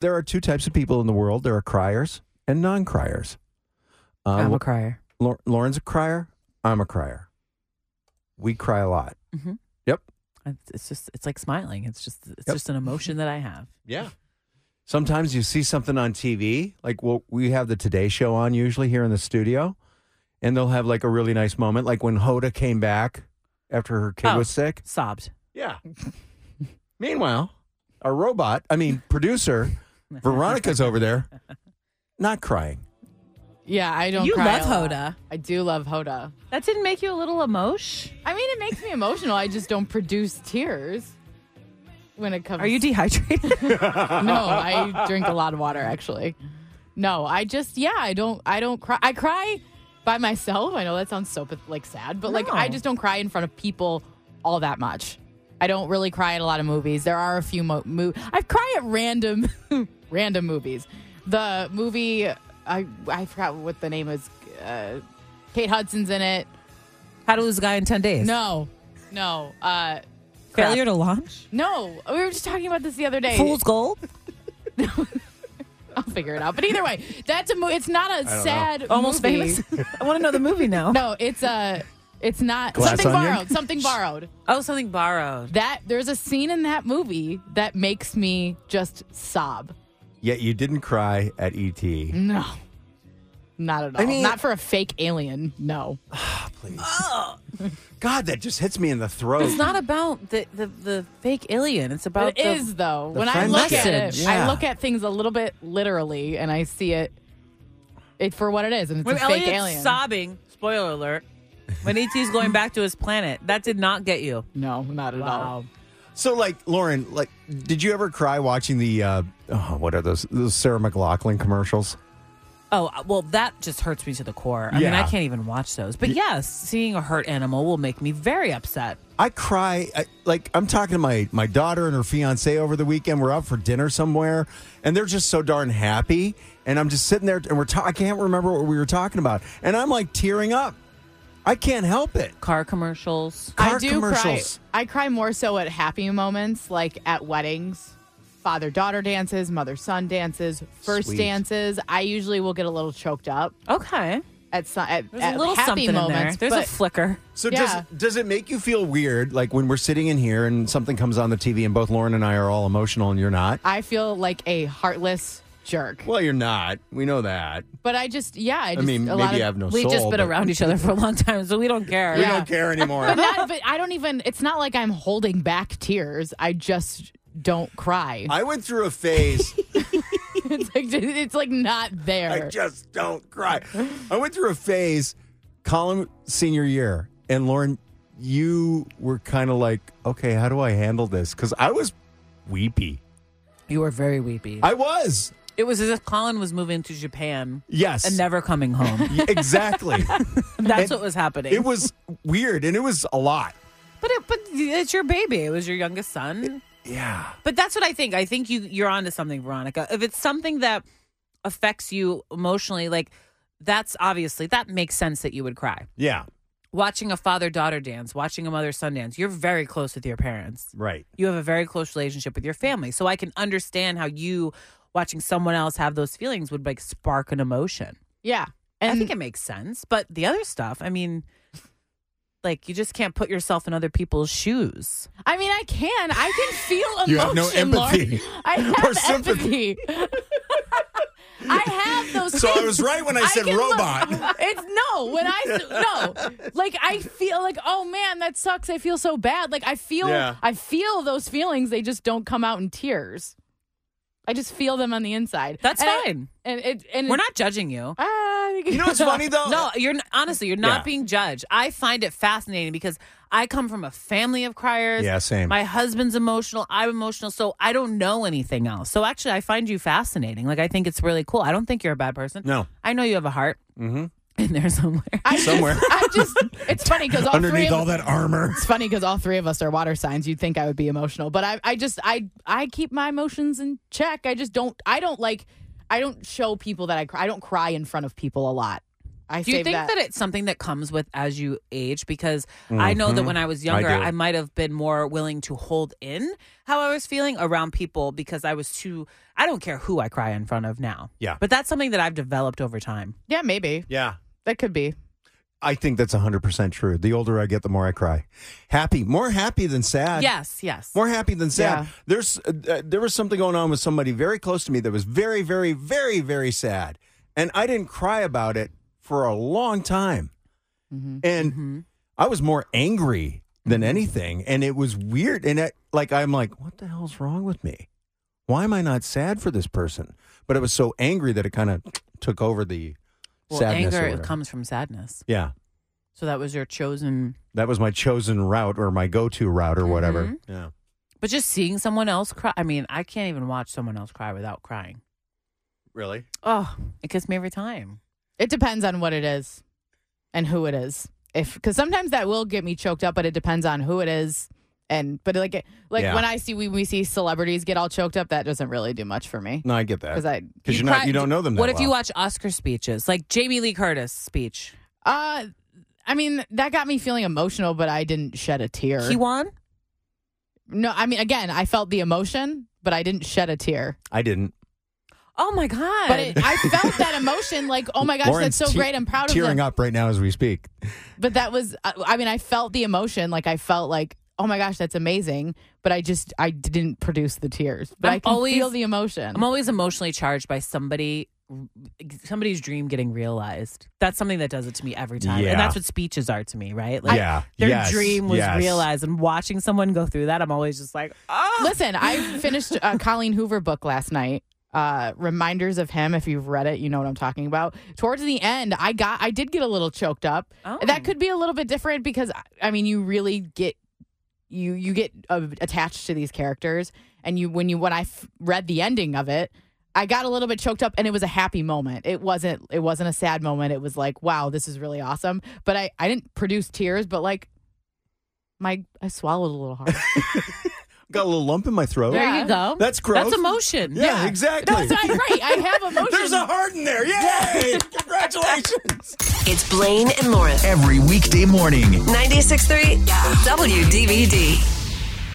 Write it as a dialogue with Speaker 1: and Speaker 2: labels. Speaker 1: there are two types of people in the world there are criers and non criers.
Speaker 2: I'm a crier.
Speaker 1: Lauren's a crier. I'm a crier. We cry a lot.
Speaker 2: Mhm.
Speaker 1: Yep.
Speaker 2: It's- It's just it's like smiling. It's just it's
Speaker 1: Yep.
Speaker 2: just an emotion that I have.
Speaker 1: Yeah. Sometimes you see something on TV, like well, we have the Today Show on usually here in the studio, and they'll have like a really nice moment, like when Hoda came back after her kid
Speaker 2: Oh.
Speaker 1: was sick.
Speaker 2: Sobbed.
Speaker 1: Yeah. Meanwhile, our robot, I mean, producer, Veronica's over there, not crying.
Speaker 3: Yeah, I don't.
Speaker 2: You
Speaker 3: cry
Speaker 2: love
Speaker 3: a lot.
Speaker 2: Hoda.
Speaker 3: I do love Hoda.
Speaker 2: That didn't make you a little emotion?
Speaker 3: I mean, it makes me emotional. I just don't produce tears when it comes.
Speaker 2: Are you dehydrated?
Speaker 3: no, I drink a lot of water actually. No, I just yeah, I don't. I don't cry. I cry by myself. I know that sounds so pat- like sad, but like
Speaker 2: No.
Speaker 3: I just don't cry in front of people all that much. I don't really cry at a lot of movies. There are a few mo- mo- I cry at random, random movies. The movie I I forgot what the name is. Uh, Kate Hudson's in it.
Speaker 2: How to lose a guy in ten days?
Speaker 3: No, no. Uh,
Speaker 2: failure to launch.
Speaker 3: No, we were just talking about this the other day.
Speaker 2: Fool's gold.
Speaker 3: I'll figure it out. But either way, that's a movie. It's not a
Speaker 1: know.
Speaker 3: sad.
Speaker 2: Almost
Speaker 3: movie.
Speaker 2: famous. I want to know the movie now.
Speaker 3: No, it's a. It's not
Speaker 1: Glass
Speaker 3: something
Speaker 1: Onion?
Speaker 3: borrowed. Something borrowed.
Speaker 2: Oh, something borrowed.
Speaker 3: That there's a scene in that movie that makes me just sob.
Speaker 1: Yet you didn't cry at E ET.
Speaker 3: No, not at all.
Speaker 1: I mean-
Speaker 3: not for a fake alien. No.
Speaker 1: God, that just hits me in the throat.
Speaker 2: It's not about the, the, the fake alien. It's about
Speaker 3: It
Speaker 2: the,
Speaker 3: is though.
Speaker 1: the
Speaker 3: when I
Speaker 1: friend
Speaker 3: look at it,
Speaker 2: message.
Speaker 3: I
Speaker 1: Yeah.
Speaker 3: look at things a little bit literally, and I see it, it for what it is, and it's
Speaker 2: when
Speaker 3: a fake
Speaker 2: Elliot's
Speaker 3: alien.
Speaker 2: sobbing. Spoiler alert. When ET's going back to his planet, that did not get you.
Speaker 3: no, not at all.
Speaker 1: So, like, Lauren, like, did you ever cry watching the, uh, oh, what are those, those Sarah McLaughlin commercials?
Speaker 2: Oh well, that just hurts me to the core. I mean,
Speaker 1: Yeah.
Speaker 2: I can't even watch those. But yes, seeing a hurt animal will make me very upset.
Speaker 1: I cry, I, like, I'm talking to my, my daughter and her fiance over the weekend. We're out for dinner somewhere, and they're just so darn happy. And I'm just sitting there, and we're, ta- I can't remember what we were talking about. And I'm like tearing up. I can't help it.
Speaker 2: Car commercials.
Speaker 1: Car
Speaker 3: I do
Speaker 1: commercials.
Speaker 3: cry. I cry more so at happy moments, like at weddings, father daughter dances, mother son dances, first
Speaker 1: Sweet.
Speaker 3: dances. I usually will get a little choked up
Speaker 2: Okay,
Speaker 3: at some at,
Speaker 2: there's
Speaker 3: at
Speaker 2: a little
Speaker 3: Uh, happy
Speaker 2: something
Speaker 3: moments.
Speaker 2: in there. There's a
Speaker 3: but
Speaker 2: flicker.
Speaker 1: So
Speaker 3: Yeah.
Speaker 1: does does it make you feel weird, like when we're sitting in here and something comes on the TV, and both Lauren and I are all emotional, and you're not?
Speaker 3: I feel like a heartless jerk.
Speaker 1: Well, you're not. We know that.
Speaker 3: But I just yeah, I, just,
Speaker 1: mean,
Speaker 3: a
Speaker 1: maybe
Speaker 3: lot of,
Speaker 1: you have no
Speaker 2: We've
Speaker 1: soul.
Speaker 2: just been
Speaker 1: but
Speaker 2: around each other for a long time, so we don't care.
Speaker 1: We
Speaker 3: Yeah.
Speaker 1: don't care anymore.
Speaker 3: But, not, but I don't even. It's not like I'm holding back tears. I just don't cry.
Speaker 1: I went through a phase.
Speaker 3: it's like it's like not
Speaker 1: I
Speaker 3: there.
Speaker 1: just don't cry. I went through a phase, Colin senior year, and Lauren, you were kind of like, okay, how do I handle this? Because I was weepy.
Speaker 2: You were very weepy.
Speaker 1: I was.
Speaker 2: it was as if Colin was moving to Japan
Speaker 1: Yes.
Speaker 2: and never coming home.
Speaker 1: Y- exactly. It-
Speaker 2: That's what was happening.
Speaker 1: it was weird, and it was a lot.
Speaker 2: but it, but it's your baby. It was your youngest son.
Speaker 1: Yeah.
Speaker 2: But that's what I think. I think you you're onto something, Veronica. If it's something that affects you emotionally, like that's obviously that makes sense that you would cry.
Speaker 1: Yeah.
Speaker 2: Watching a father daughter dance, watching a mother son dance, you're very close with your parents.
Speaker 1: Right.
Speaker 2: You have a very close relationship with your family. So I can understand how you watching someone else have those feelings would like spark an emotion.
Speaker 3: Yeah,
Speaker 2: I think it makes sense. But the other stuff, I mean, like you just can't put yourself in other people's shoes.
Speaker 3: I mean, I can. I can feel emotion.
Speaker 1: You have no empathy
Speaker 3: Lauren. I have
Speaker 1: or sympathy.
Speaker 3: empathy. I have those.
Speaker 1: So I
Speaker 3: things.
Speaker 1: was right when I said
Speaker 3: can look-
Speaker 1: robot.
Speaker 3: it's no. When I s- no, like I feel like oh man, that sucks. I feel so bad. Like I feel.
Speaker 1: Yeah.
Speaker 3: I feel those feelings. They just don't come out in tears. I just feel them on the inside.
Speaker 2: That's
Speaker 3: And I-
Speaker 2: fine.
Speaker 3: and it. And
Speaker 2: We're not judging you.
Speaker 3: I think-
Speaker 1: You know what's funny though?
Speaker 2: No, you're n- honestly, you're not
Speaker 1: Yeah.
Speaker 2: being judged. I find it fascinating because I come from a family of criers.
Speaker 1: Yeah, same.
Speaker 2: My husband's emotional. I'm emotional, so I don't know anything else. So actually, I find you fascinating. Like I think it's really cool. I don't think you're a bad person.
Speaker 1: No.
Speaker 2: I know you have a heart mm-hmm. in there somewhere.
Speaker 3: I
Speaker 1: Somewhere.
Speaker 3: Just, I just. It's funny because all three
Speaker 1: Underneath
Speaker 3: of
Speaker 1: all that armor.
Speaker 3: It's funny because all three of us are water signs. You'd think I would be emotional, but I, I just, I, I keep my emotions in check. I just don't, I don't like, I don't show people that I cry. I don't cry in front of people a lot. I
Speaker 2: Do you
Speaker 3: saved
Speaker 2: think
Speaker 3: that.
Speaker 2: that. it's something that comes with as you age? Because I know that when I was younger,
Speaker 1: Mm-hmm. do.
Speaker 2: I, might have been more willing to hold in how I was feeling around people because I was too. I don't care who I cry in front of now.
Speaker 1: Yeah.
Speaker 2: But that's something that I've developed over time.
Speaker 3: yeah, maybe
Speaker 1: Yeah.
Speaker 3: that could be.
Speaker 1: I think that's 100% true. The older I get, the more I cry. Happy, more happy than sad.
Speaker 2: yes. Yes.
Speaker 1: More happy than sad.
Speaker 3: Yeah.
Speaker 1: There's uh, there was something going on with somebody very close to me that was very very very very sad. And I didn't cry about it for a long time.
Speaker 2: Mm-hmm.
Speaker 1: And I was more angry than anything and it was weird and it, like I'm like what the hell's wrong with me? Why am I not sad for this person? But I was so angry that it kind of took over the
Speaker 2: well,
Speaker 1: sadness or
Speaker 2: anger
Speaker 1: whatever.
Speaker 2: comes from sadness.
Speaker 1: Yeah.
Speaker 2: So that was your chosen.
Speaker 1: That was my chosen route or my go-to route
Speaker 3: Mm-hmm.
Speaker 1: or whatever.
Speaker 2: Mhm.
Speaker 1: Yeah.
Speaker 2: But just seeing someone else cry. I mean, I can't even watch someone else cry without crying.
Speaker 1: Really?
Speaker 2: Oh, it gets me every time.
Speaker 3: It depends on what it is and who it is. If because sometimes that will get me choked up, but it depends on who it is. And but like it- like
Speaker 1: Yeah.
Speaker 3: when I see we we see celebrities get all choked up, that doesn't really do much for me
Speaker 1: No, I get that.
Speaker 3: because I
Speaker 1: Because you
Speaker 2: You
Speaker 1: are not
Speaker 2: cry-
Speaker 1: you don't know them. That
Speaker 2: what if you
Speaker 1: well.
Speaker 2: watch Oscar speeches, like Jamie Lee Curtis speech?
Speaker 3: uh I mean that got me feeling emotional, but I didn't shed a tear.
Speaker 2: He won.
Speaker 3: no, I mean again, I felt the emotion, but I didn't shed a tear.
Speaker 1: I didn't.
Speaker 2: Oh my god!
Speaker 3: But it, I felt that emotion, like oh my gosh,
Speaker 1: Lauren's
Speaker 3: that's so
Speaker 1: te-
Speaker 3: great. I'm proud of them.
Speaker 1: Tearing up right now as we speak.
Speaker 3: But that was, I- I mean, I felt the emotion. Like I felt like, oh my gosh, that's amazing. But I just, I didn't produce the tears. But i
Speaker 2: I'm
Speaker 3: can
Speaker 2: always-
Speaker 3: feel the emotion.
Speaker 2: I'm always emotionally charged by somebody, somebody's dream getting realized. That's something that does it to me every time,
Speaker 1: Yeah.
Speaker 2: and that's what speeches are to me, right? Like
Speaker 1: yeah.
Speaker 2: their
Speaker 1: Yes.
Speaker 2: dream was
Speaker 1: Yes.
Speaker 2: realized, and watching someone go through that, I'm always just like, oh,
Speaker 3: Listen, I finished a Colleen Hoover book last night. Uh, reminders of him. If you've read it, you know what I'm talking about. Towards the end, I got, I did get a little choked up.
Speaker 2: Oh.
Speaker 3: That could be a little bit different because I mean, you really get, you you get uh, attached to these characters, and you when you when I f- read the ending of it, I got a little bit choked up, and it was a happy moment. It wasn't, it wasn't a sad moment. It was like, wow, this is really awesome. But I, I didn't produce tears, but like, my I swallowed a little hard.
Speaker 1: Got a little lump in my throat.
Speaker 2: there
Speaker 3: yeah.
Speaker 2: you go.
Speaker 1: That's growth.
Speaker 2: That's emotion.
Speaker 1: Yeah, exactly.
Speaker 3: No, it's not right. I have emotions.
Speaker 1: There's a heart in there. Yay! Congratulations.
Speaker 4: It's Blaine and Lauren.
Speaker 5: Every weekday morning.
Speaker 4: 96.3 WDVD.